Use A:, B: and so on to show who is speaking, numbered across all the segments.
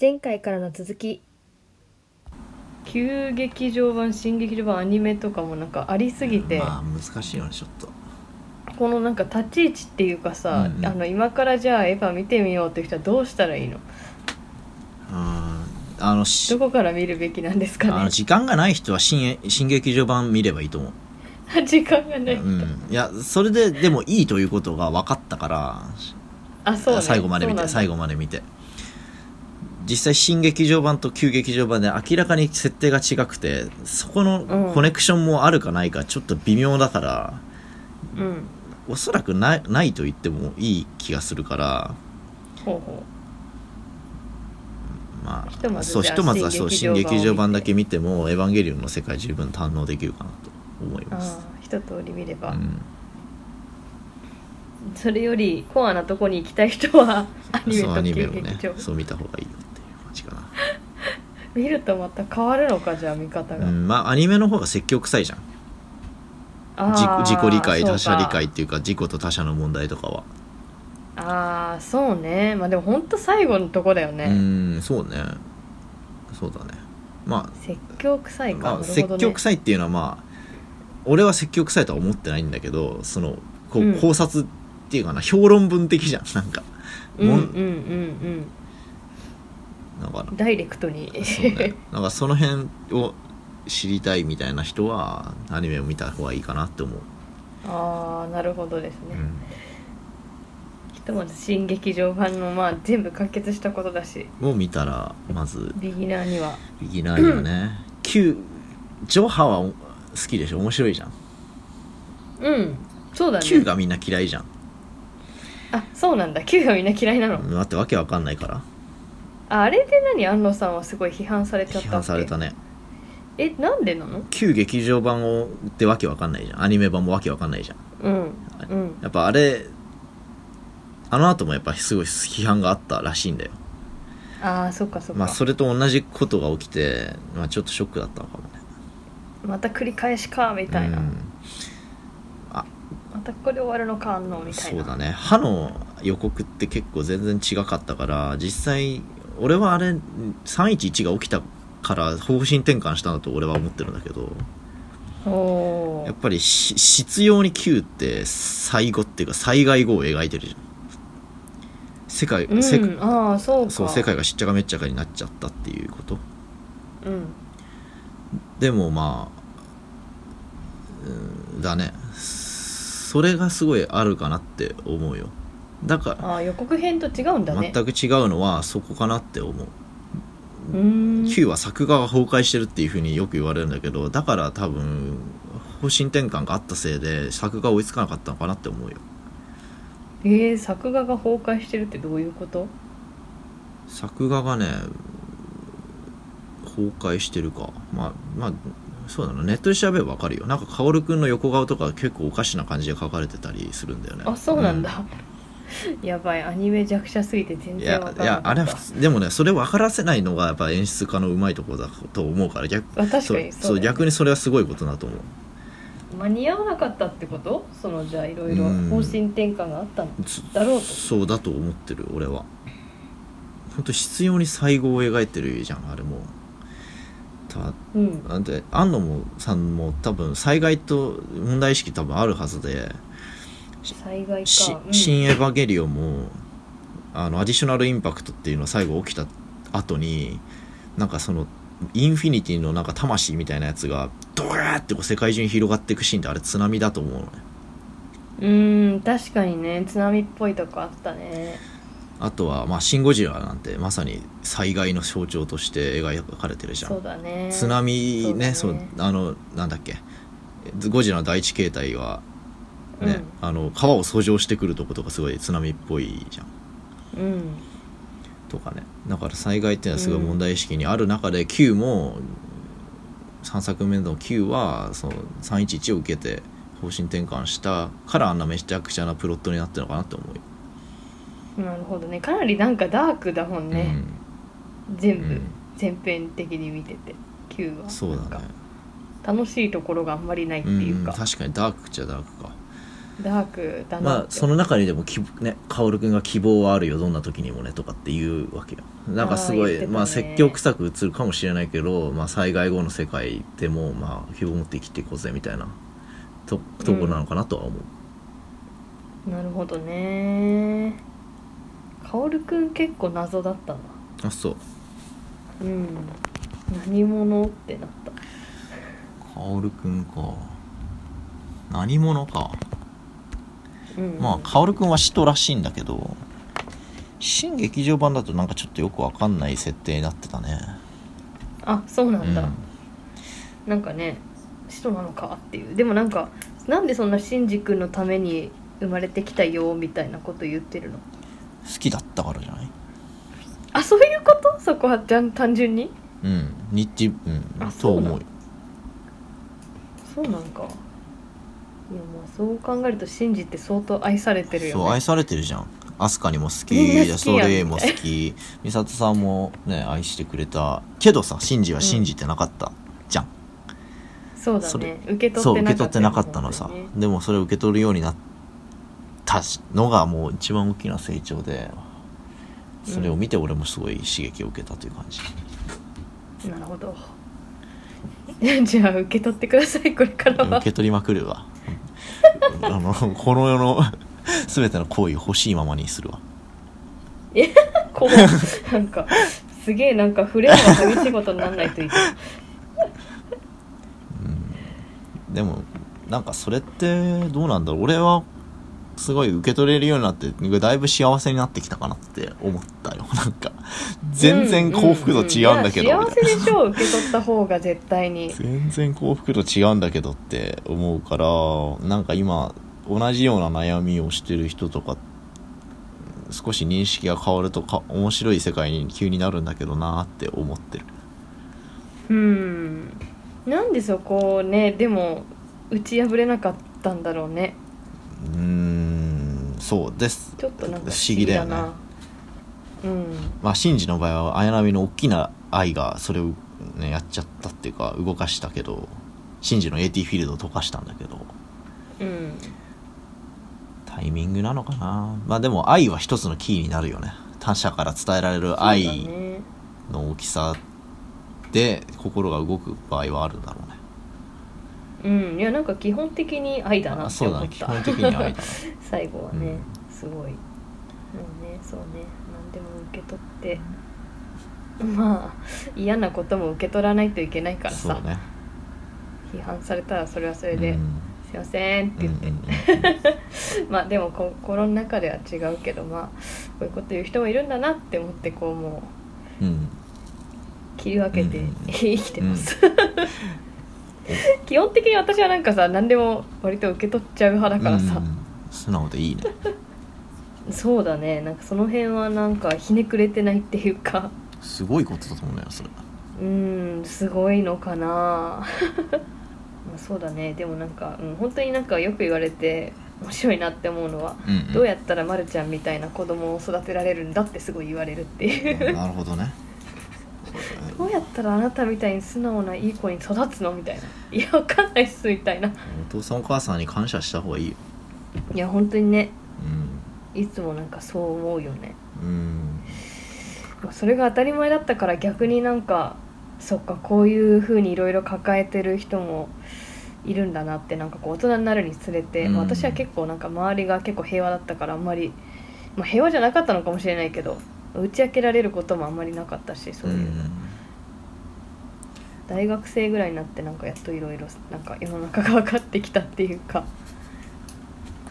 A: 前回からの続き
B: 旧劇場版新劇場版アニメとかもなんかありすぎて、
C: まあ難しいよねちょっと
B: このなんか立ち位置っていうかさ、
C: うんうん
B: あの今からじゃあエヴァ見てみようっていう人はどうしたらいいの
C: うんあのし
B: どこから見るべきなんです
C: あ
B: か
C: の
B: ね
C: 時間がない人は新新劇場版見ればいいと思う
B: 時間がない、
C: うん、いやそれででもいいということが分かったから
B: あそう、ね、
C: 最後まで
B: そ
C: 見て
B: うなんだ
C: 最後まで見て実際新劇場版と旧劇場版で明らかに設定が違くてそこ
B: うん
C: のコネクションもあるかないかちょっと微妙だから、
B: うん
C: おそらくないないと言ってもいい気がするから
B: ほうほ
C: ま
B: ひ
C: あ
B: とまず
C: そう
B: じゃあ
C: ひとまずはそう
B: 新
C: 新
B: 劇場版を見て
C: 劇場版だけ見ても「エヴァンゲリオン」の世界十分堪能できるかなと思いう
B: あ
C: ます。
B: ー一通り見れ
C: う
B: ば、
C: ん、
B: それよりコアなとこに行きたい人はアニメ
C: そうア
B: と
C: ニメ
B: 旧
C: もね
B: 劇場、
C: そう見た方がいいよっていう感じかな。
B: 見るとまた変わるのかじゃあ見方が、
C: うん、まあアニメの方が積極臭いじゃん。自
B: あー
C: 自己理解
B: そうか
C: 他者理解っていうか自己と他者の問題とかは、
B: ああそうねまあでも本当最後のとこだよ
C: う
B: ね、
C: ーんそうねそうだねま
B: 説教臭
C: あ、
B: いか、
C: まあ
B: なる
C: 説
B: ほど
C: 教
B: ね
C: 臭いっていうのはまあ俺は説教臭いとは思ってないんだけどそのこ
B: う
C: うん考察っていうかな、評論文的じゃんなんか
B: うん
C: も
B: うん
C: ん
B: うんうん
C: なんか
B: ダイレクトに
C: そうねなんかその辺を知りたいみたいな人はアニメを見た方がいいかなって思う、
B: ああなるほどですね、
C: うん
B: ひとまず新劇場版のまあ全部完結したことだし
C: を見たらまず
B: ビギナーには
C: ビギナーにはね旧ジョハは好きでしょ面白いじゃん
B: うんそうだね
C: 旧がみんな嫌いじゃん
B: あそうなんだ Q がみんな嫌いなの、
C: だってわけわかんないから
B: ああれで何安野さんはすごい批判されちゃったっ
C: 批
B: け
C: 判されたね
B: えなんでなの
C: 旧劇場版をってわけわかんないじゃんアニメ版もわけわかんないじゃん
B: うんうん
C: やっぱあれあの後もやっぱすごい批判があったらしいんだよ
B: ああそっかそっか、
C: まあそれと同じことが起きて、まあ、ちょっとショックだったのかもね
B: また繰り返しかみたいな、
C: うん
B: またこれ終わるのかあんのみたい
C: そう
B: な
C: だね歯の予告って結構全然違かったから実際俺はあれ311が起きたから方針転換したんだと俺は思ってるんだけど
B: お
C: やっ
B: ー
C: ぱりし執拗に Q って最後っていうか災害後を描いてるじゃん世界、
B: う
C: 世
B: んああそうか
C: そう世界がしっちゃかめっちゃかになっちゃったっていうこと
B: うん
C: でもまあうんだねそれがすごいあるかなって思うよだか
B: ああ予告編と違うんだ
C: ら
B: ね
C: 全く違うのはそこかなって思う
B: うーん
C: Q は作画が崩壊してるっていうふうによく言われるんだけどだから多分方針転換があったせいで作画追いつかなかったのかなって思うよ
B: えー、作画が崩壊してるってどういうこと
C: 作画がね崩壊してるかまあまあそうだなネットで調べればわかるよなんか薫君の横顔とか結構おかしな感じで書かれてたりするんだよね
B: あそうなん、だ、やばいアニメ弱者すぎて全
C: い
B: 然
C: や
B: わか
C: い
B: んな
C: や
B: か
C: あ
B: っ
C: れ
B: た
C: は普通でもねそれ分からせないのがやっぱ演出家のうまいところだと思うから逆
B: あ確かに
C: そう
B: そうだよね
C: 逆にそれはすごいことだと思う
B: 間に合わなかったってことそのじゃあいろいろ
C: うん
B: 方針転換があったの
C: つ
B: だろうと
C: そうだと思ってる俺は本当必要に最後を描いてるじゃんあれもた
B: うん
C: なんて安野もさんも多分災害と問題意識多分あるはずで
B: 災害
C: 「し
B: か、うん、
C: 新エヴァンゲリオンも」あのアディショナルインパクトっていうのは最後起きた後になんかそのインフィニティのなんか魂みたいなやつがドガーってこう世界中に広がっていくシーンってあれ津波だと思うのね
B: うーん確かにね津波っぽいとこあったね
C: あとは、まあ「シン・ゴジラ」なんてまさに災害の象徴として描かれてるじゃん
B: そうだね
C: 津波ね
B: そ
C: そうう
B: だね
C: あのなんだっけゴジラの第一形態はね、あの川を遡上してくるとことかすごい津波っぽいじゃん
B: うん
C: とかねだから災害っていうのはすごい問題意識にある中で Q も3作目の Q はその311を受けて方針転換したからあんなめちゃくちゃなプロットになってるのかなって思うよ、
B: うんなるほどねかなりなんかダークだもんね、全
C: う
B: 部、
C: ん、
B: 全編的に見てて Q
C: う
B: は
C: ん、そう
B: なん
C: だ
B: か
C: ね
B: 楽しいところがあんまりないって
C: うん
B: いう
C: うん
B: か
C: 確かにダークっちゃダークか
B: うダークだな
C: まあ
B: っ、て
C: その中にでもき、ね、薫君が希望はあるよどんな時にもねとかっていうわけよなんかすご
B: あー言って
C: い、
B: たね
C: まあ、説教臭く映るかもしれないけど、まあ、災害後の世界でも、まあ、希望を持って生きていこうぜみたいなとところなのかなとは思う、
B: なるほどね薫くん結構謎だったな
C: あそう
B: うん何者ってなった
C: 薫君か何者か
B: うん
C: まあ薫君は使徒らしいんだけど新劇場版だとなんかちょっとよくわかんない設定になってたね
B: あそうなんだ、
C: うん
B: なんかね使徒なのかっていうでもなんかなんでそんなシンジ君のために生まれてきたよみたいなこと言ってるの
C: 好きだったからじゃない
B: あそういうことそこはじゃん単純に
C: うん日うん
B: あ
C: と
B: そうな
C: 思
B: の
C: うよ
B: そうなんかいやまあそう考えるとシンジって相当愛されてるよね
C: そう愛されてるじゃんアスカにも好
B: みんな好きや
C: き
B: ん
C: ヤソレイも好き美里さんもね愛してくれたけどさシンジは信じてなかった、じゃん
B: そうだ
C: それ
B: ね受け
C: そう
B: 取
C: 受け取
B: っ
C: ってて
B: な
C: な
B: か
C: か
B: っ
C: ったた
B: の
C: の
B: さ
C: さでもそれを受け取るようになったのがもう一番大きな成長でそれを見て俺もすごい刺激を受けたという感 じ、
B: なるほどじゃあ受け取ってくださいこれから
C: 受
B: は
C: け取りまくるわ あのこの世の 全ての行為を欲しいままにするわ
B: こうなんかすげえなんか触れが激しいことにならないといいけど
C: でもなんかそれってどうなんだろう俺はすごい受け取れるようになってだいぶ幸せになってきたかなって思ったよ なんか 全然幸福度違うんだけどみたい
B: うんう
C: な、
B: んいや幸せでしょう受け取った方が絶対に
C: 全然幸福度違うんだけどって思うからなんか今同じような悩みをしてる人とか少し認識が変わるとか面白い世界に急になるんだけどなーって思ってる
B: うんなんでそこをねでも打ち破れなかったんだろうね
C: うーんそうです
B: ちょっとなんか
C: 不思議だよね
B: 不思議だな
C: まあシンジの場合は綾波の大きな愛がそれを、ね、やっちゃったっていうか動かしたけどシンジの AT フィールドを溶かしたんだけど
B: うんうん
C: タイミングなのかなまあでも愛は一つのキーになるよね他者から伝えられる愛、
B: そうだね
C: の大きさで心が動く場合はあるんだろうね
B: うんいやなんか基本的に愛だな
C: あ
B: って
C: そう
B: 思
C: だ
B: っ
C: ね
B: た
C: 基本的に愛だね
B: 最後はね、
C: う
B: すごいもうねそうね何でも受け取って まあ嫌なことも受け取らないといけないから
C: そ
B: さ、
C: うね
B: 批判されたらそれはそれで「
C: うん
B: すいません」って
C: うん
B: 言って、 まあでもこ心の中では違うけどまあこういうこと言う人もいるんだなって思ってこうも
C: うんうんうん
B: う切り分けて、
C: うんうんうん
B: 生きてます、 基本的に私はなんかさ何でも割と受け取っちゃう派だからさ、
C: うん素直でいいね
B: そうだねなんかその辺はなんかひねくれてないっていうか
C: すごいことだと思うねそれ
B: うーんすごいのかな まあそうだねでもなんか、うん、本当になんかよく言われて面白いなって思うのは、
C: うんうん
B: どうやったらまるちゃんみたいな子供を育てられるんだってすごい言われるっていう
C: なるほどね
B: どうやったらあなたみたいに素直ないい子に育つのみたいないやわかんないっすみたいな
C: お父さんお母さんに感謝した方がいいよ
B: いや本当にね
C: うん
B: いつもなんかそう思うよね
C: うん
B: まあそれが当たり前だったから逆になんかそっかこういう風にいろいろ抱えてる人もいるんだなってなんかこう大人になるにつれて、
C: うん
B: まあ私は結構なんか周りが結構平和だったからあんまり、まあ、平和じゃなかったのかもしれないけど打ち明けられることもあんまりなかったしそうういう、
C: ん
B: 大学生ぐらいになってなんかやっといろいろなんか世の中が分かってきたっていうかで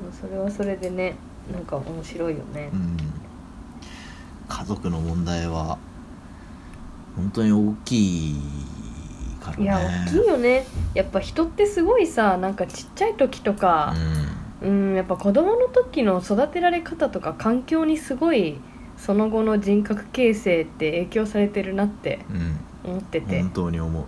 B: もそれはそれでねなんか面白いよね。
C: うん家族の問題は本当に大きいからね
B: いや大きいよねやっぱ人ってすごいさなんかちっちゃい時とか
C: うん
B: うんやっぱ子供の時の育てられ方とか環境にすごいその後の人格形成って影響されてるなって
C: うん、
B: 思ってて
C: 本、当に思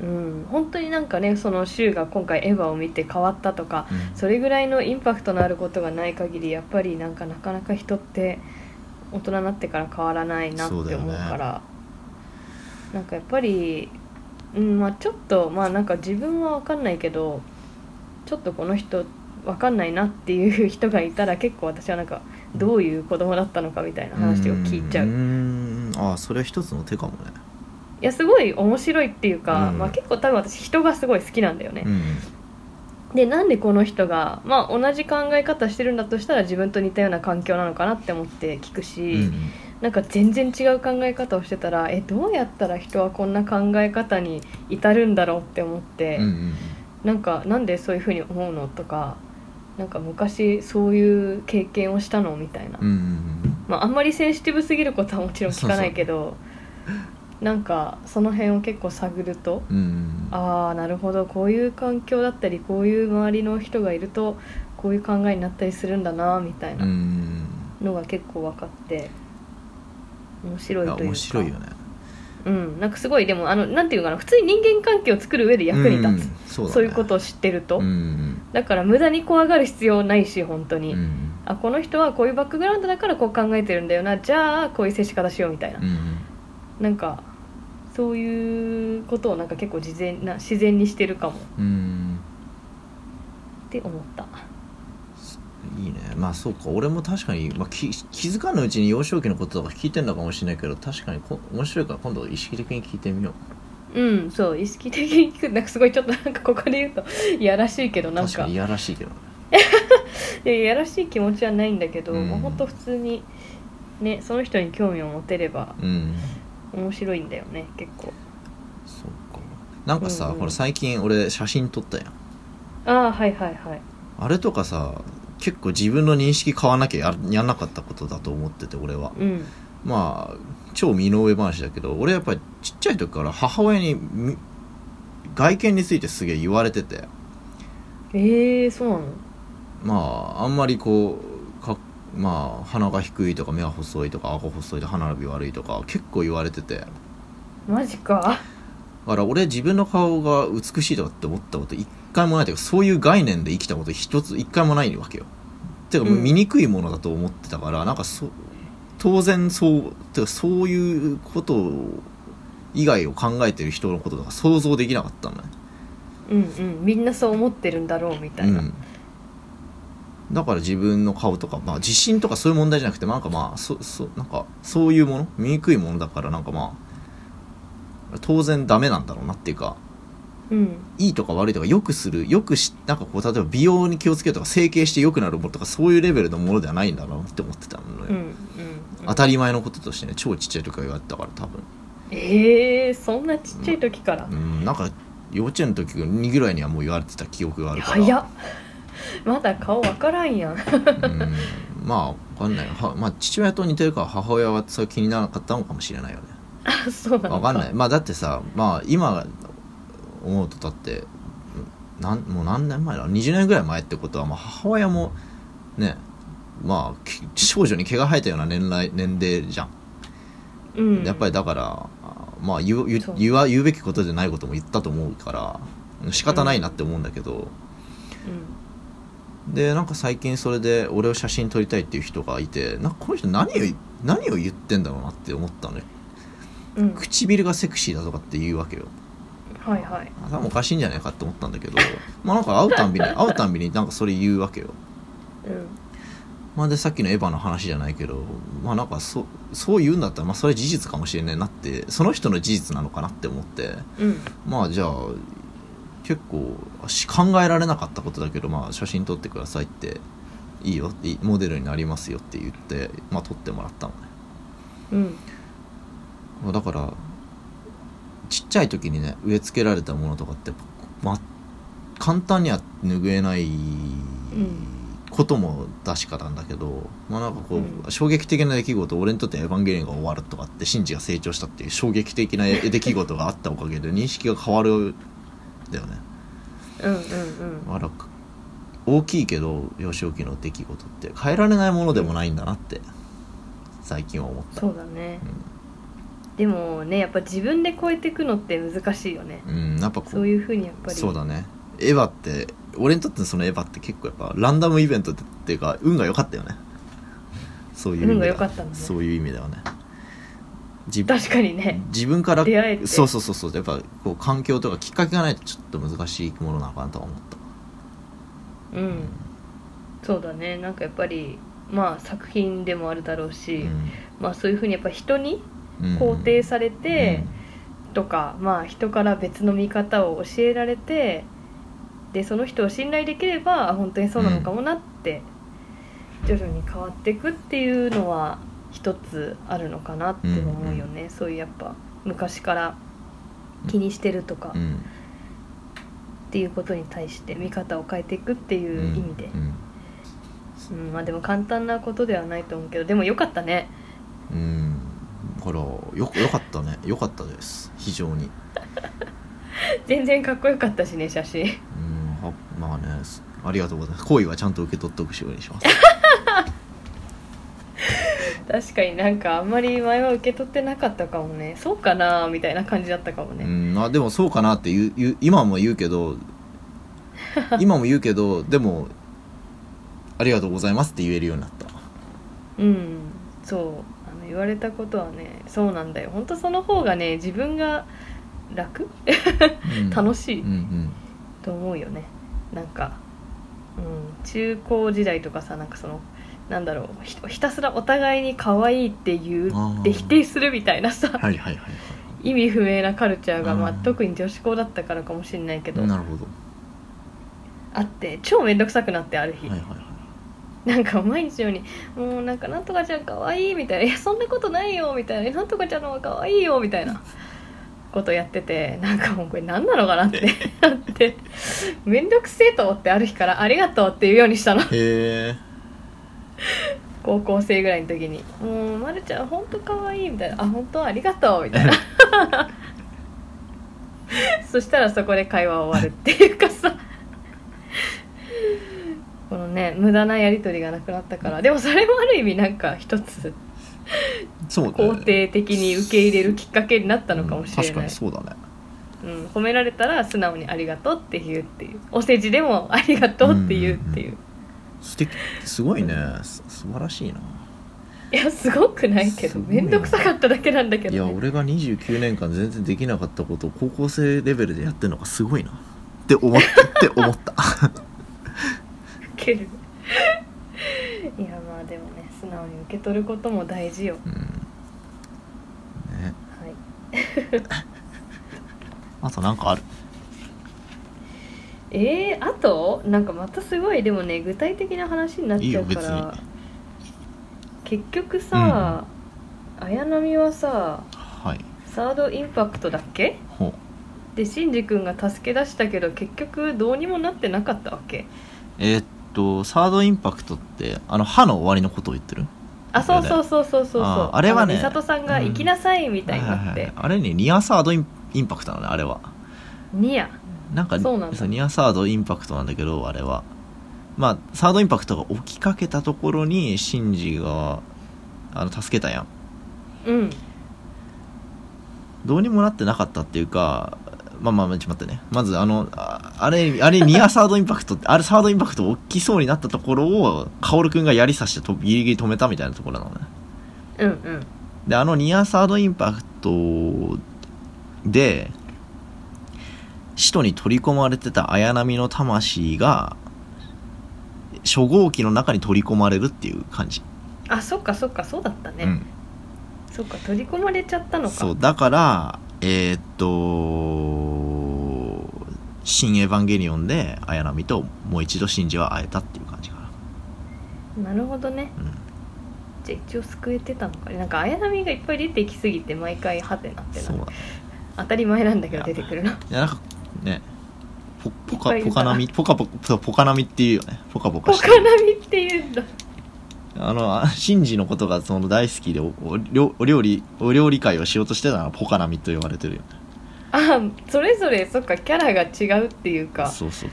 C: う、
B: うん、本当になんかねその柊が今回エヴァを見て変わったとか
C: うん
B: それぐらいのインパクトのあることがない限りやっぱりなんかなかなか人って大人になってから変わらないなって
C: そうだよね
B: 思うからなんかやっぱり、うんまあ、ちょっとまあなんか自分は分かんないけどちょっとこの人わかんないなっていう人がいたら結構私はなんかどういう子供だったのかみたいな話を聞いちゃう。
C: うー
B: い
C: んあそれは一つの手かもね
B: やすごい面白いっていうか、
C: うん
B: まあ、結構多分私人がすごい好きなんだよね
C: う。ん
B: でなんでこの人が、まあ、同じ考え方してるんだとしたら自分と似たような環境なのかなって思って聞く
C: う
B: し、
C: ん
B: なんか全然違う考え方をしてたらえどうやったら人はこんな考え方に至るんだろうって思って、
C: うんうん
B: なんかなんでそういうふうに思うのとかなんか昔そういう経験をしたのみたいな、
C: うんうんうん
B: まあ、あんまりセンシティブすぎることはもちろん聞かないけどなんかその辺を結構探ると
C: うんうん
B: ああなるほどこういう環境だったりこういう周りの人がいるとこういう考えになったりするんだなみたい
C: うんう
B: なんのが結構分かって面
C: う
B: 白
C: んい
B: い
C: や
B: というか
C: 面白いよね
B: うん、なんかすごいでもあのなんていうのかな普通に人間関係を作る上で役に立つ、
C: つそうだね
B: そういうことを知ってると、
C: うんうん
B: だから無駄に怖がる必要ないし本当に、
C: うん
B: あこの人はこういうバックグラウンドだからこう考えてるんだよなじゃあこういう接し方しようみたいな、
C: うんうん
B: なんかそういうことをなんか結構自然な自然にしてるかも
C: うん
B: って思った
C: いいねまあそうか俺も確かに、まあ、き気づかぬうちに幼少期のこととか聞いてんのかもしれないけど確かにこ面白いから今度意識的に聞いてみよう
B: うんそう意識的に聞くなんかすごいちょっとなんかここで言うといやらしいけどなん
C: 確
B: か
C: かにいやらしいけど
B: いやいやらしい気持ちはないんだけど、
C: うん
B: まあ、本当普通にねその人に興味を持てれば
C: うん
B: 面白いんだよね結構
C: そうかなんかさ、
B: うんうん
C: これ最近俺写真撮ったやん
B: ああはいはいはい
C: あれとかさ結構自分の認識変わなきゃややんなかったことだと思ってて俺は
B: うん
C: まあ超身の上話だけど俺やっぱりちっちゃい時から母親にみ外見についてすげえ言われてて
B: ええー、そうなの
C: まああんまりこうかまあ鼻が低いとか目が細いとか顎細いとか歯並び悪いとか結構言われててだ
B: マジか
C: から俺自分の顔が美しいとかって思ったこと一回もないというかそういう概念で生きたこと一つ一回もないわけよてかもう
B: うん
C: 醜いものだと思ってたから、なんかそ当然そうてかそういうことを以外を考えてる人のこととか想像できなかったのね
B: うんうんみんなそう思ってるんだろうみたいな、
C: うん、だから自分の顔とか、まあ、自信とかそういう問題じゃなくてなんかまあそそなんかそういうもの醜いものだからなんかまあ当然ダメなんだろうなっていうか
B: うん
C: いいとか悪いとかよくするよくしなんかこう例えば美容に気をつけるとか整形して良くなるものとかそういうレベルのものではないんだなって思ってたのよ、
B: うんうん
C: 当たり前のこととしてね超ちっちゃい時から言われてたから多分、
B: ええー、そんなちっちゃい時から、
C: うん、なんか幼稚園の時にぐらいにはもう言われてた記憶があるから
B: 早っまだ顔わからんやん
C: うんまあわかんないは、まあ、父親と似てるから母親はそれ気にならなかったのかもしれないよね
B: あそうなの
C: わかんないまあだってさまあ今思うとだってなんもう何年前だ20年ぐらい前ってことは、まあ、母親もねまあき少女に毛が生えたような年来年齢じゃん、
B: うん
C: やっぱりだからあまあ言う言う
B: そう
C: 言わ言うべきことじゃないことも言ったと思うから仕方ないなって思うんだけど、でなんか最近それで俺を写真撮りたいっていう人がいてなんかこの人何を何を言ってんだろうなって思ったのよ
B: うん、うん、
C: 唇がセクシーだとかって言うわけよ
B: はいはい
C: 頭おかしいんじゃないかって思ったんだけどまあなんか会うたんびに会うたんびになんかそれ言うわけよ
B: う
C: まあでさっきのエヴァの話じゃないけどまあなんかそそう言うんだったらまあそれ事実かもしれないなってその人の事実なのかなって思って
B: んうん
C: まあじゃあ結構し考えられなかったことだけど、まあ、写真撮ってくださいっていいよいいモデルになりますよって言って、まあ、撮ってもらったのね
B: うん
C: まあだからちっちゃい時にね植え付けられたものとかって、まあ、簡単には拭えないことも確かなんだけど、まあなんかこう、
B: う
C: 衝撃的な出来事俺にとって「エヴァンゲリオン」が終わるとかってシンジが成長したっていう衝撃的な出来事があったおかげで認識が変わるんだよね。
B: うんうん
C: まあ、楽大きいけど幼少期の出来事って変えられないものでもないんだなって最近は思った
B: そうだね、でもねやっぱ自分で超えていくのって難しいよね
C: うんやっぱこ
B: そういうふうにやっぱり
C: そうだねエヴァって俺にとってのそのエヴァって結構やっぱランダムイベントっていうか運が良かったよねそういう意味では
B: 運が良かったんだね
C: そういう意味ではね自分
B: 確かにね
C: 自分から
B: 出会えて
C: そうそうそうそうやっぱこう環境とかきっかけがないとちょっと難しいものなのかなとは思った
B: うんそうだねなんかやっぱりまあ作品でもあるだろうし、まあそういうふうにやっぱ人に肯定されて、とか、まあ、人から別の見方を教えられてでその人を信頼できればあ本当にそうなのかもなって、徐々に変わっていくっていうのは一つあるのかなって思うよね、そういうやっぱ昔から気にしてるとか
C: うんうん
B: っていうことに対して見方を変えていくって
C: う
B: い
C: ん
B: う意味で
C: う、ん
B: うんまあでも簡単なことではないと思うけどでもよかったね
C: うんだからよよかったねよかったです非常に
B: 全然かっこよかったしね写真
C: うんはまあねすありがとうございます好意はちゃんと受け取っておくようにし ます
B: 確かになんかあんまり前は受け取ってなかったかもねそうかなみたいな感じだったかも
C: う
B: ね、
C: んあでもそうかなって言う言う今も言う けど今も言うけどでもありがとうございますって言えるようになった
B: うんそうあの言われたことはねそうなんだよ本当その方がね自分が楽楽
C: し
B: し
C: い
B: い
C: うんうん
B: と思うよねなんか、うん、中高時代とかさなんかそのなんだろうひひたすらお互いに可愛いって言う
C: あー
B: って否定するみたいなさ
C: はいはいはい
B: 意味不明なカルチャーが、まあ、
C: うん
B: 特に女子校だったからかもしれないけど
C: はいなるほど
B: あって超面倒くさくなってある日、
C: はいはいはい
B: なんか毎日のように「もうなんかなんとかちゃんかわいい」みたいな「いやそんなことないよ」みたいな「なんとかちゃんの方がかわいいよ」みたいなことやっててなんかもうこれ何なのかなってなって面倒くせえと思ってある日から「ありがとう」って言うようにしたの
C: へえ
B: 高校生ぐらいの時に「もうまるちゃんほんとかわいい」みたいな「あ本当ありがとう」みた いなそしたらそこで会話終わるっていうかさこのね無駄なやり取りがなくなったからでもそれもある意味なんか一つ
C: そうだね
B: 肯定的に受け入れるきっかけになったのかもしれ
C: うん確か
B: ない
C: に、そうだね
B: うん褒められたら素直に「ありがとう」って言うっていうお世辞でも「ありがとう」って言うっていう,、
C: 素敵すごいねす素晴らしいない
B: やすごくないけ
C: す
B: ど
C: ごいな
B: 面倒くさかっただけなんだけど、
C: い
B: ね、
C: や俺が29年間全然できなかったことを高校生レベルでやってるのがすごいなって思ったって 思った
B: ける いやまあでもね素直に受け取ることも大事よ
C: うんね
B: はい
C: あとなんかある
B: えー、あとなんかまたすごいでもね具体的な話になっ
C: いい
B: ちゃ
C: よ
B: うか
C: 別に
B: ら結局さ、綾波はさ
C: はい
B: サードインパクトだっけ
C: ほう
B: でシンジ君が助け出したけど結局どうにもなってなかったわけ
C: えーっとサードインパクトってあの歯の終わりのことを言ってる
B: あそうそうそうそうそうそう
C: あーあれはね
B: の美里さんが「行きなさい」みたいになって、
C: はいはいはいあれねニアサードインインパクトなのねあれは
B: ニア
C: なんか
B: そうなんだ
C: そうニアサードインパクトなんだけどあれはまあサードインパクトが起きかけたところにシンジがあの助けたやん
B: うん
C: どうにもなってなかったっていうかまあまあまあちょっと待ってねまずあのああれあれニアサードインパクトってあれサードインパクト起きそうになったところをカオルくんが槍刺してとギリギリ止めたみたいなところなのね
B: うんうん
C: であのニアサードインパクトで使徒に取り込まれてた綾波の魂が初号機の中に取り込まれるっていう感じ、
B: あそっかそっかそうだったね、
C: うん
B: そっか取り込まれちゃったのか
C: そうだからえーっと「新エヴァンゲリオン」で綾波ともう一度シンジは会えたっていう感じかな、
B: なるほどね
C: うん、
B: じゃあ一応救えてたのかねなんか綾波がいっぱい出てきすぎて毎回ハテナって
C: そう
B: な
C: だね
B: 当たり前なんだけど出てくるない
C: やなんかねポポカ
B: いっぱいいる
C: ポカナミポカポカそうポカナミっていうよねポカポカ
B: 他
C: してる
B: 波っていうんだ
C: あのあシンジのことがその大好きでおお料お料理お料理会をしようとしてたのはポカナミと言われてるよね
B: あそれぞれそっかキャラが違うっていうか
C: そうそう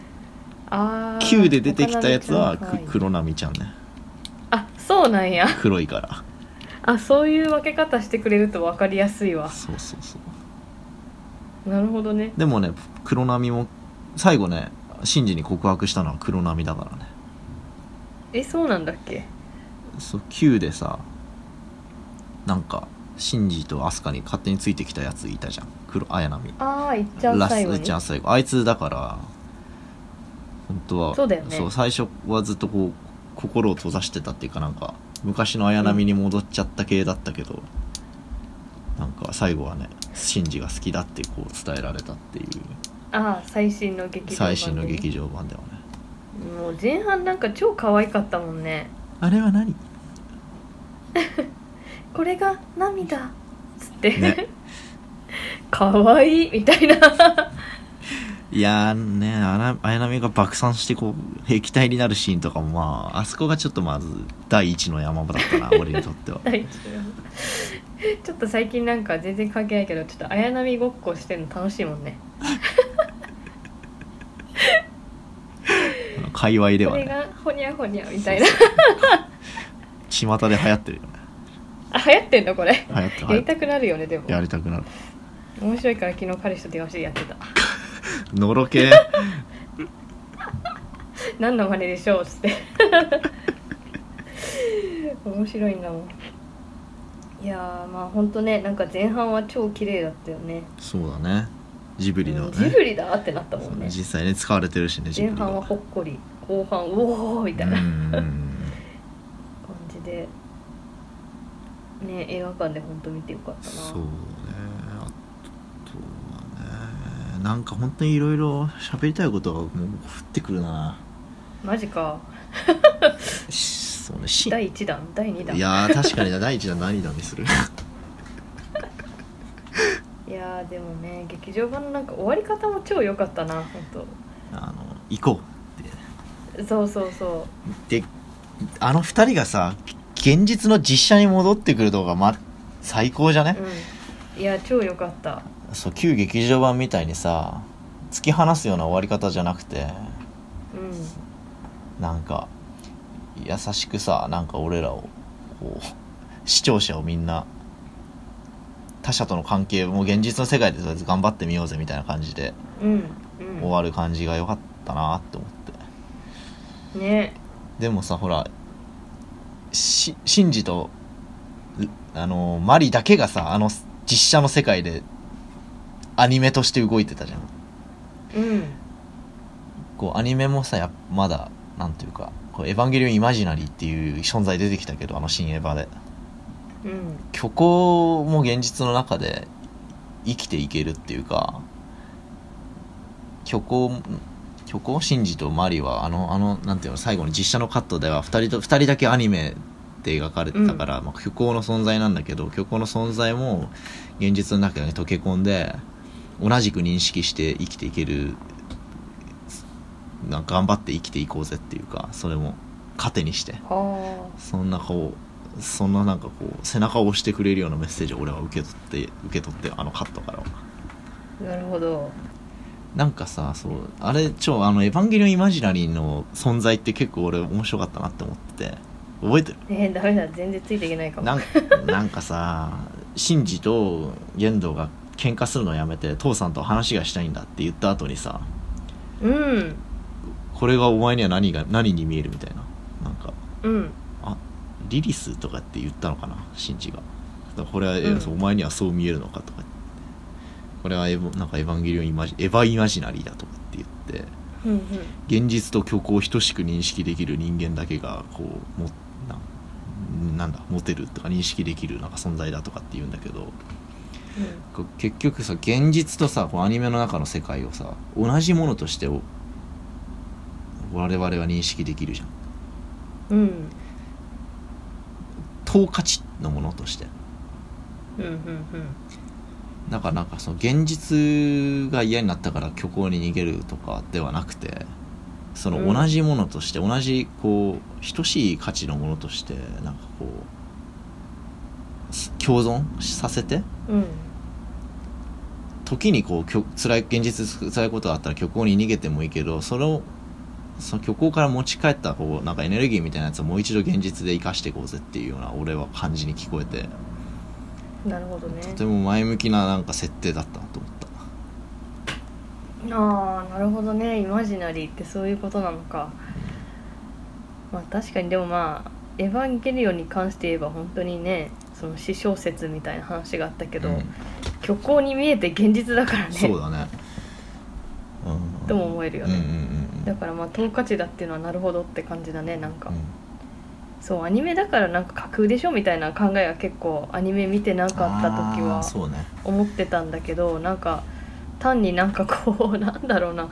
B: ああ
C: Q で出てきたやつは
B: 他波ちゃん
C: く
B: か
C: 黒波ちゃんね
B: あそうなんや
C: 黒いか
B: あそういう分け方してくれると分かりやすい
C: ら
B: わ
C: そうそうそう
B: なるほどね
C: でもね黒波も最後ねシンジに告白したのは黒波だからね
B: えそうなんだっけ
C: そう Q でさなんかシンジとアスカに勝手についてきたやついたじゃん黒綾波
B: ああいっちゃう
C: ラ
B: 最
C: ス
B: 後
C: ト
B: に
C: ちゃん最後あいつだから本当は
B: そうだよね
C: 最初はずっとこう心を閉ざしてたっていうかなんか昔の綾波に戻っちゃった系だったけど、なんか最後はねシンジが好きだってこう伝えられたっていう
B: ああ最新の劇場版でね
C: 最新の劇場版ではね
B: もう前半なんか超可愛かったもんね
C: あれは何
B: これが涙っつって、
C: ね
B: 可愛いみたいな
C: いやーねあら綾波が爆散してこう液体になるシーンとかもまああそこがちょっとまず第一の山場だったな俺にとっては
B: 大丈夫ちょっと最近なんか全然関係ないけどちょっと綾波ごっこしてるの楽しいもんね
C: あの界隈で
B: こ
C: は
B: れ
C: ね
B: がほにゃほにゃみたいな
C: 巷で流行ってるよね
B: あ流行ってんのこれ
C: 流行ってる
B: や
C: 流行
B: り
C: って
B: たくなるよねでも
C: るやりたくなる
B: 面白いから昨日彼氏と電話してやってた
C: のろけ
B: 何の真似でしょうっつって 面白いんだもんいやーまあほんとねなんか前半は超綺麗だったよね
C: そうだねジブリのね
B: ジブリだってなったもんね
C: 実際ね使われてるしねジブ
B: 前
C: リ
B: 半は
C: が
B: ほっこり後半うおーみたいな
C: う
B: 感
C: んうんうん
B: じで、ね映画館でほんと見てよかったな
C: そうねあとはねなんか本当にいろいろ喋りたいことがもう降ってくるな
B: マジか
C: しそうねし
B: 第1弾第2弾
C: いやー確かにな第一弾何弾にする
B: いやーでもね劇場版のなんか終わり方も超良かったなほんと
C: あの行こうって
B: そうそうそ
C: であの二人がさ現実の実写に戻ってくる動画、ま、最高じゃね
B: う、うん、いや超良かった
C: そう旧劇場版みたいにさ突き放すような終わり方じゃなくて
B: うん
C: なんか優しくさなんか俺らをこう視聴者をみんな他者との関係も現実の世界でとりあえず頑張ってみようぜみたいな感じで
B: うん
C: 終わる感じが良かったなって思って
B: うんね
C: でもさほらしシンジとうあのマリだけがさあの実写の世界でアニメとして動いてたじゃん
B: うん
C: こうアニメもさやっまだなんていうか「こうエヴァンゲリオン・イマジナリー」っていう存在出てきたけどあの新エヴァで
B: うん
C: 虚構も現実の中で生きていけるっていうか虚構虚構シンジとマリはあのあのなんていうの最後の実写のカットでは2人と二人だけアニメで描かれてたから、まあ、虚構の存在なんだけど虚構の存在も現実の中に溶け込んで同じく認識して生きていけるなんか頑張って生きていこうぜっていうかそれも糧にして
B: は
C: そんなこうそんななんかこう背中を押してくれるようなメッセージを俺は受け取って受け取ってあのカットからは
B: あなるほど
C: なんかさそうあれ超あの「エヴァンゲリオン・イマジナリー」の存在って結構俺面白かったなって思ってて覚えてる
B: ねダメだ全然ついていけないかも
C: なんなんかさシンジと玄道が喧嘩するのやめて父さんと話がしたいんだって言った後にさ
B: うん
C: これがお前には何が何に見えるみたいななんか
B: うん
C: あリリスとかって言ったのかなシンジがだからこれは、え
B: うん
C: お前にはそう見えるのかとかこれはエヴァなんかエヴァンゲリオンイマジエヴァイマジナリーだとかって言って
B: うんうん
C: 現実と虚構を等しく認識できる人間だけがこうもなんなんだモテるとか認識できるなんか存在だとかって言うんだけどこう結局さ現実とさこうアニメの中の世界をさ同じものとしてお我々は認識できるじゃん
B: うんうん
C: 等価値のものとして
B: うんうん
C: だからなんかその現実が嫌になったから虚構に逃げるとかではなくてその
B: うん
C: 同じものとして、同じこう等しい価値のものとしてなんかこうす共存させて
B: うんうん
C: 時にこうきょ辛い現実辛いことがあったら虚構に逃げてもいいけどそれをその虚構から持ち帰ったこうなんかエネルギーみたいなやつをもう一度現実で生かしていこうぜっていうような俺は感じに聞こえて
B: なるほどね
C: とても前向きななんか設定だったなと思った。
B: ああなるほどねイマジナリーってそういうことなのかまあ確かにでもまあ「エヴァンゲリオン」に関して言えば本当にねその私小説みたいな話があったけど、
C: うん
B: 虚構に見えて現実だからね
C: そうだね。うん
B: とも思えるよ
C: うんうん
B: ね、だからまあ等価値だっていうのはなるほどって感じだねなんか、
C: うん
B: そうアニメだからなんか架空でしょみたいな考えは結構アニメ見てなかった時
C: あー
B: は
C: そうね
B: 思ってたんだけどなんか単になんかこう なんだろうな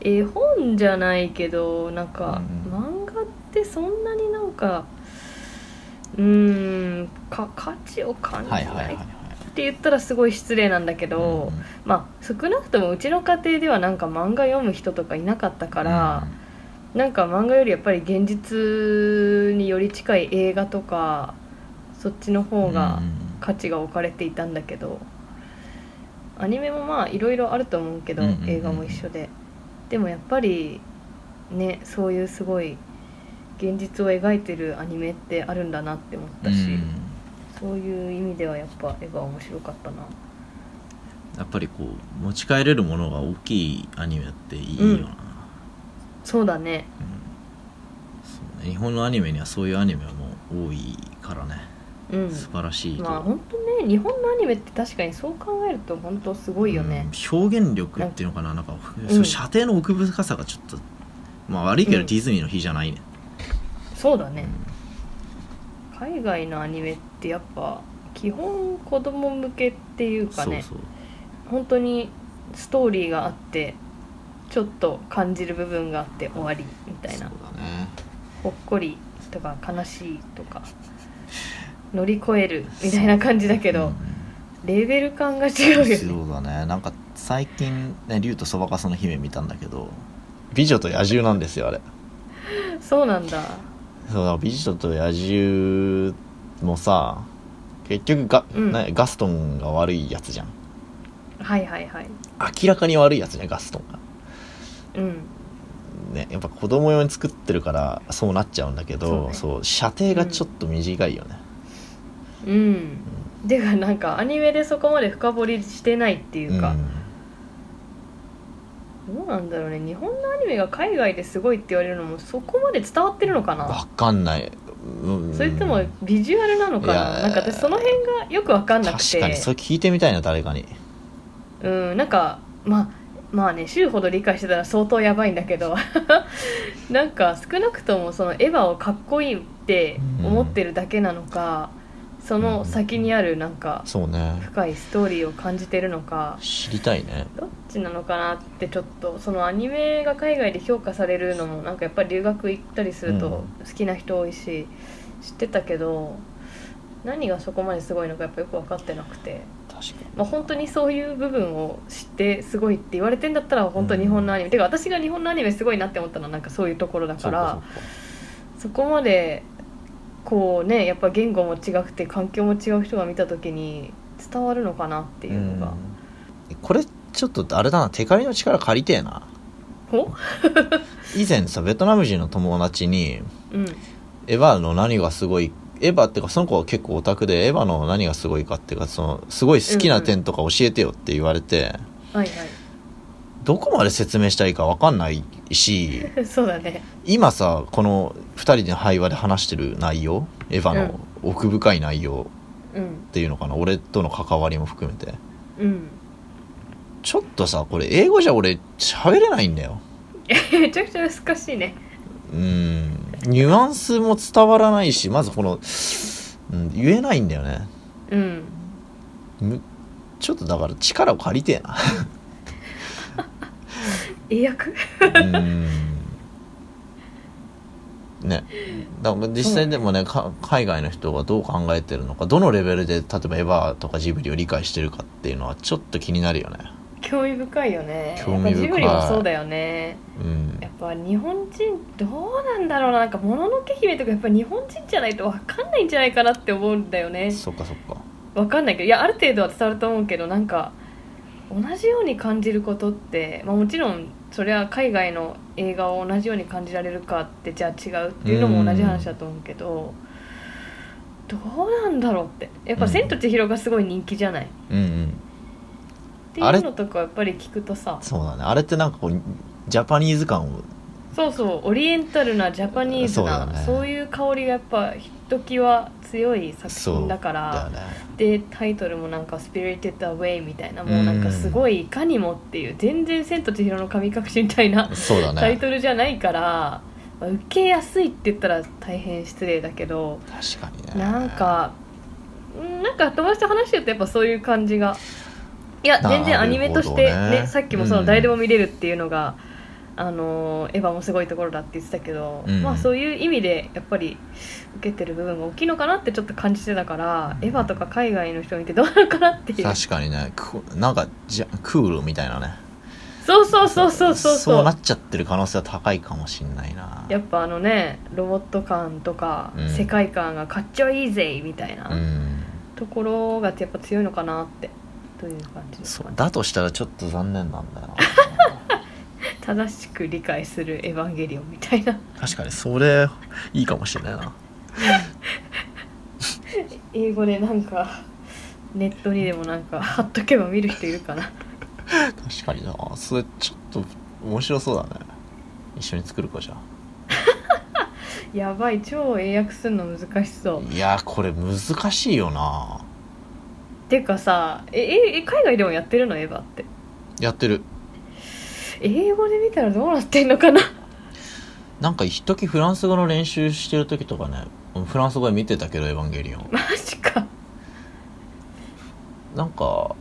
B: 絵本じゃないけどなんか
C: うん
B: 漫画ってそんなになんかうーんか価値を感じ
C: は
B: ない
C: はいはい
B: っ
C: はい
B: て言ったらすごい失礼なんだけど、
C: うんうん
B: まあ少なくともうちの家庭ではなんか漫画読む人とかいなかったから。なんか漫画よりやっぱり現実により近い映画とかそっちの
C: うん
B: 方
C: うん
B: が価値が置かれていたんだけどアニメもまあいろいろあると思うけど
C: うんうんうん
B: 映画も一緒ででもやっぱりねそういうすごい現実を描いてるアニメってあるんだなって思ったし、
C: うん
B: そういう意味ではやっぱ絵が面白かったな
C: やっぱりこう持ち帰れるものが大きいアニメっていいよな、
B: うんそうだね
C: そうね日本のアニメにはそういうアニメも多いからね、
B: うん
C: 素晴らしいと、
B: まあ本当ね日本のアニメって確かにそう考えると本当すごいよね、
C: うん表現力っていうのかななんか、
B: ん
C: そう射程の奥深さがちょっとまあ悪いけ
B: う
C: ど
B: ん
C: ディズニーの日じゃないね、
B: そうだね海外のアニメってやっぱ基本子供向けっていうか
C: そう
B: ね
C: そう
B: 本当にストーリーがあってちょっと感じる部分があって終わりみたいな
C: そうだね
B: ほっこりとか悲しいとか乗り越えるみたいな感じだけど、レベル感が違
C: うん
B: うよね
C: そうだねなんか最近ね竜とそばかすの姫見たんだけど美女と野獣なんですよあれ
B: そうなんだ
C: そうだ美女と野獣もさ結局ガ,、
B: うん
C: ねガストンが悪いやつじゃん
B: はいはいはい
C: 明らかに悪いやつじゃんガストンが
B: うん
C: ねやっぱ子供用に作ってるからそうなっちゃうんだけ
B: そう
C: ど
B: ね
C: そう,、射程がちょっと短いよね、
B: うんてかなんかアニメでそこまで深掘りしてないっていうか、どうなんだろうね日本のアニメが海外ですごいって言われるのもそこまで伝わってるのかな
C: 分かんない、うん
B: それともビジュアルなのか
C: い
B: な
C: や
B: なんか私その辺がよく分かんなくて
C: 確かにそれ聞いてみたいな誰かに
B: うんなんかまあまあね週ほど理解してたら相当やばいんだけど なんか少なくともそのエヴァをかっこいいって思ってるだけなのか、その先にあるなんか
C: そうね
B: 深いストーリーを感じてるのか
C: 知りたいね
B: どっちなのかなってちょっとそのアニメが海外で評価されるのもなんかやっぱり留学行ったりすると好きな人多いし、知ってたけど何がそこまですごいのかやっぱよく分かってなくて、
C: 確か
B: まあ、本当にそういう部分を知ってすごいって言われてんだったら本当日本のアニメ、てか私が日本のアニメすごいなって思ったのはなんかそういうところだ
C: に
B: から
C: そうかそうか
B: そこまでこうねやっぱ言語も違くて環境も違う人が見た時に伝わるのかなっていうのが。
C: うんこれちょっとあれだな手借りの力借りてえな
B: お
C: 以前さベトナム人の友達に
B: うん
C: エヴァの何がすごいエヴァっていうかその子は結構オタクでエヴァの何がすごいかっていうかそのすごい好きな点とか教えてよって言われて、
B: はい
C: どこまで説明したらいいか分かんないし
B: はいそうだね
C: 今さこの2人で会話で話してる内容エヴァの奥深い内容
B: うん
C: っていうのかな、俺との関わりも含めて
B: うん、
C: ちょっとさこれ英語じゃ俺喋れないんだよ
B: めちゃくちゃ難しいね
C: うんニュアンスも伝わらないしまずこの、うん、言えないんだよね
B: うん
C: むちょっとだから力を借りてえな
B: 英訳
C: うんねだから実際でもねか海外の人がどう考えてるのかどのレベルで例えばエヴァとかジブリを理解してるかっていうのはちょっと気になるよね
B: 興味深いよね
C: 興味
B: やっぱ
C: 深い
B: ジブリもそうだよね
C: うん
B: やっぱ日本人どうなんだろうななんか「もののけ姫」とかやっぱ日本人じゃないと分かんないんじゃないかなって思うんだよね
C: そっかそっか
B: 分かんないけどいやある程度は伝わると思うけどなんか同じように感じることって、まあ、もちろんそれは海外の映画を同じように感じられるかってじゃあ違うっていうのも同じ話だと思うけどどうなんだろうってやっぱ「千と千尋」がすごい人気じゃない、
C: うんうん
B: っていうのとかやっぱり聞くとさ
C: そうだねあれってなんかこうジャパニーズ感を
B: そうそうオリエンタルなジャパニーズ
C: そうだ
B: な
C: ね
B: そう,、いう香りがやっぱひときわ強い作
C: そ
B: 品
C: う
B: だから
C: だよね
B: でタイトルもなんか「スピリテッド・アウェイ」みたいなもうなんかすごいいかにもっていう全然「千と千尋の神隠し」みたいな
C: そうだね
B: タイトルじゃないから、まあ受けやすいって言ったら大変失礼だけど
C: 確かにね
B: なんかうんなんか飛ばして話してるとやっぱそういう感じがいや
C: なるほどね
B: 全然アニメとしてねさっきもその誰で
C: う
B: も見れるっていうのが、あのーエヴァもすごいところだって言ってたけど、
C: うん
B: まあそういう意味でやっぱり受けてる部分が大きいのかなってちょっと感じてたから、エヴァとか海外の人見てどうなのかなっていう
C: 確かにねクなんかじゃクールみたいなね
B: そうそうそうそうそう
C: そ
B: そう
C: な
B: う
C: っちゃってる可能性は高いかもしんないな
B: やっぱあのねロボット感とか、
C: うん
B: 世界観がかっちょいいぜみたいな、
C: うん
B: ところがやっぱ強いのかなってという感じです
C: そ
B: か
C: う
B: ね
C: だとしたらちょっと残念なんだよ な
B: 正しく理解する「エヴァンゲリオン」みたいな
C: 確かにそれいいかもしれないな
B: 英語でなんかネットにでもなんか貼っとけば見る人いるかな
C: 確かになそれちょっと面白そうだね一緒に作るかじゃあ
B: やばい超英訳するの難しそう
C: いやーこれ難しいよな
B: てかさえええ海外でもやってるのエヴァって
C: やってる
B: 英語で見たらどうなってんのかな
C: なんか一時フランス語の練習してる時とかねフランス語で見てたけど「エヴァンゲリオン
B: マジか」
C: なんか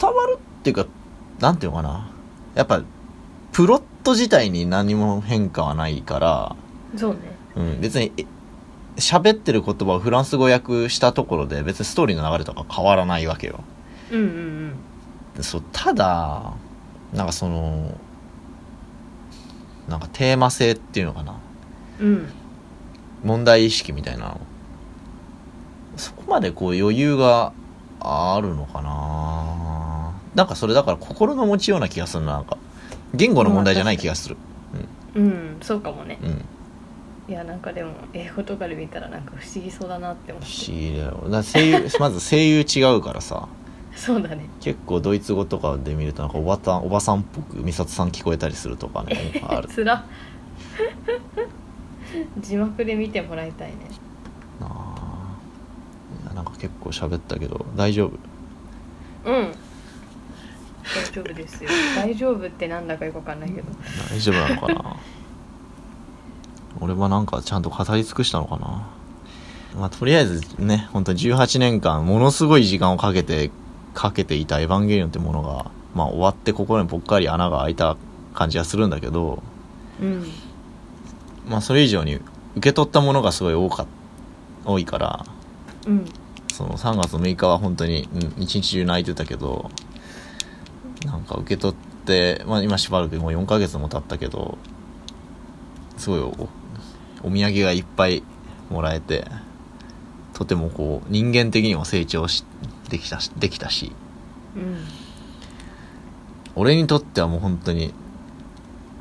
C: 伝わるっていうかなんていうのかなやっぱプロット自体に何も変化はないから、
B: そうね
C: うん、別にえ喋ってる言葉をフランス語訳したところで別にストーリーの流れとか変わらないわけよ
B: うんうんうん
C: そうただなんかそのなんかテーマ性っていうのかな
B: うん
C: 問題意識みたいなのそこまでこう余裕があるのかななんかそれだから心の持ちような気がするななんか言語の問題じゃない気がする、
B: うんそうかもね
C: うん、
B: いやなんかでも英語とかで見たらなんか不思議そうだなって思
C: 不
B: っ
C: 思議だよだから声優 まず声優違うからさ
B: てそうだね
C: 結構ドイツ語とかで見るとなんかおばたんおばさんっぽく美里さん聞こえたりするとかねある
B: つら 字幕で見てもらいたいね
C: なあいやなんか結構喋ったけど大丈夫
B: うん大丈夫ですよ大丈夫ってなんだかよくわかんないけど
C: 大丈夫なのかな俺はなんかちゃんと語り尽くしたのかなまあとりあえずね本当に18年間ものすごい時間をかけてかけていた「エヴァンゲリオン」ってものがまあ終わってここにぽっかり穴が開いた感じがするんだけど
B: うん
C: まあそれ以上に受け取ったものがすごい多か多いから
B: うん
C: その3月6日は本当に、うん、一日中泣いてたけどなんか受け取って、まあ、今しばらくもう4ヶ月も経ったけどすごいおお土産がいっぱいもらえてとてもこう人間的にも成長しできたしできたし
B: うん
C: 俺にとってはもう本当に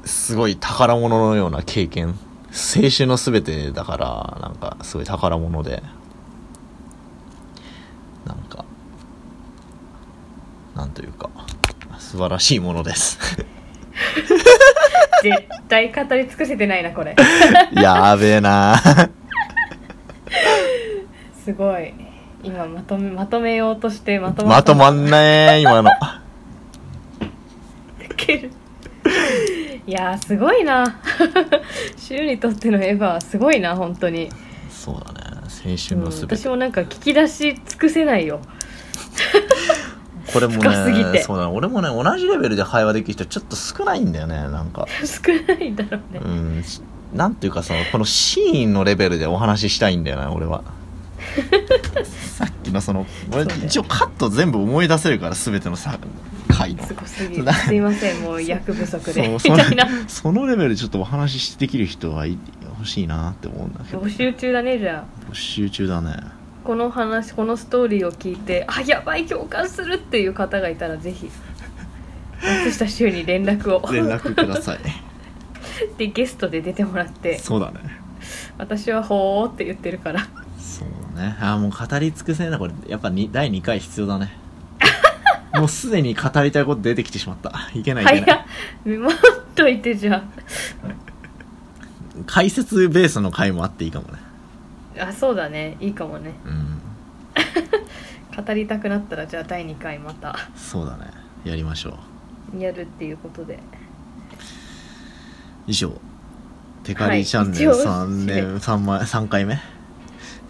C: すごい宝物のような経験青春の全てだからなんかすごい宝物でなんかなんというか素晴らしいものです
B: 絶対語り尽くせてないなこれ
C: やべえな
B: すごい今まとめまとめようとしてまとま
C: まとまんねえ今の
B: ってけるいやーすごいな 週にとってのエヴァはすごいな本当に
C: そうだね青
B: う
C: 春
B: ん
C: の全て、
B: 私もなんか聞き出し尽くせないよ
C: これも
B: 深すぎ
C: ね
B: て
C: そうだね俺もね同じレベルで会話できる人ちょっと少ないんだよねなんか
B: 少ないだろうね、
C: うん、しなんていうかそのこのシーンのレベルでお話ししたいんだよな 俺はさっきのその
B: そ
C: 俺
B: うだよね
C: 一応カット全部思い出せるから全てのさ回の
B: すごすぎ
C: そう
B: る
C: だ
B: すいませんもう役不足で
C: そ う
B: み
C: その
B: たいな
C: そのレベルでちょっとお話しできる人はい欲しいなって思うんだけど
B: 募集中だねじゃあ
C: 募集中だね
B: この話このストーリーを聞いてあやばい共感するっていう方がいたらぜひ松下柊に連絡 を
C: 連絡く ださい
B: でゲストで出てもらって
C: そうだね
B: 私は「ほー」って言ってるから
C: そうだねあーもう語り尽くせないなこれやっぱに第2回必要 だねもうすでに語りたいこと出てきてしまったいけないいけ
B: 早
C: ない
B: っメモっといてじゃ
C: 解説ベースの回もあっていいかもね
B: ああそうだねいいかもね
C: うん
B: 語りたくなったらじゃあ第2回また
C: そうだねやりましょう
B: やるっていうことで
C: 以上テカリチャンネ
B: は
C: ル
B: い一応
C: 3年、三枚三回目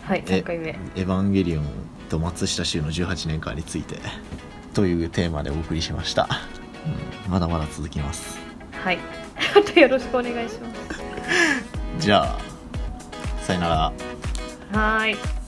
B: はい
C: え
B: 3回目
C: 「エヴァンゲリオン」と松下修の18年間についてというテーマでお送りしました、うん、まだまだ続きます
B: はい あとよろしくお願いします
C: じゃあさよなら
B: はーい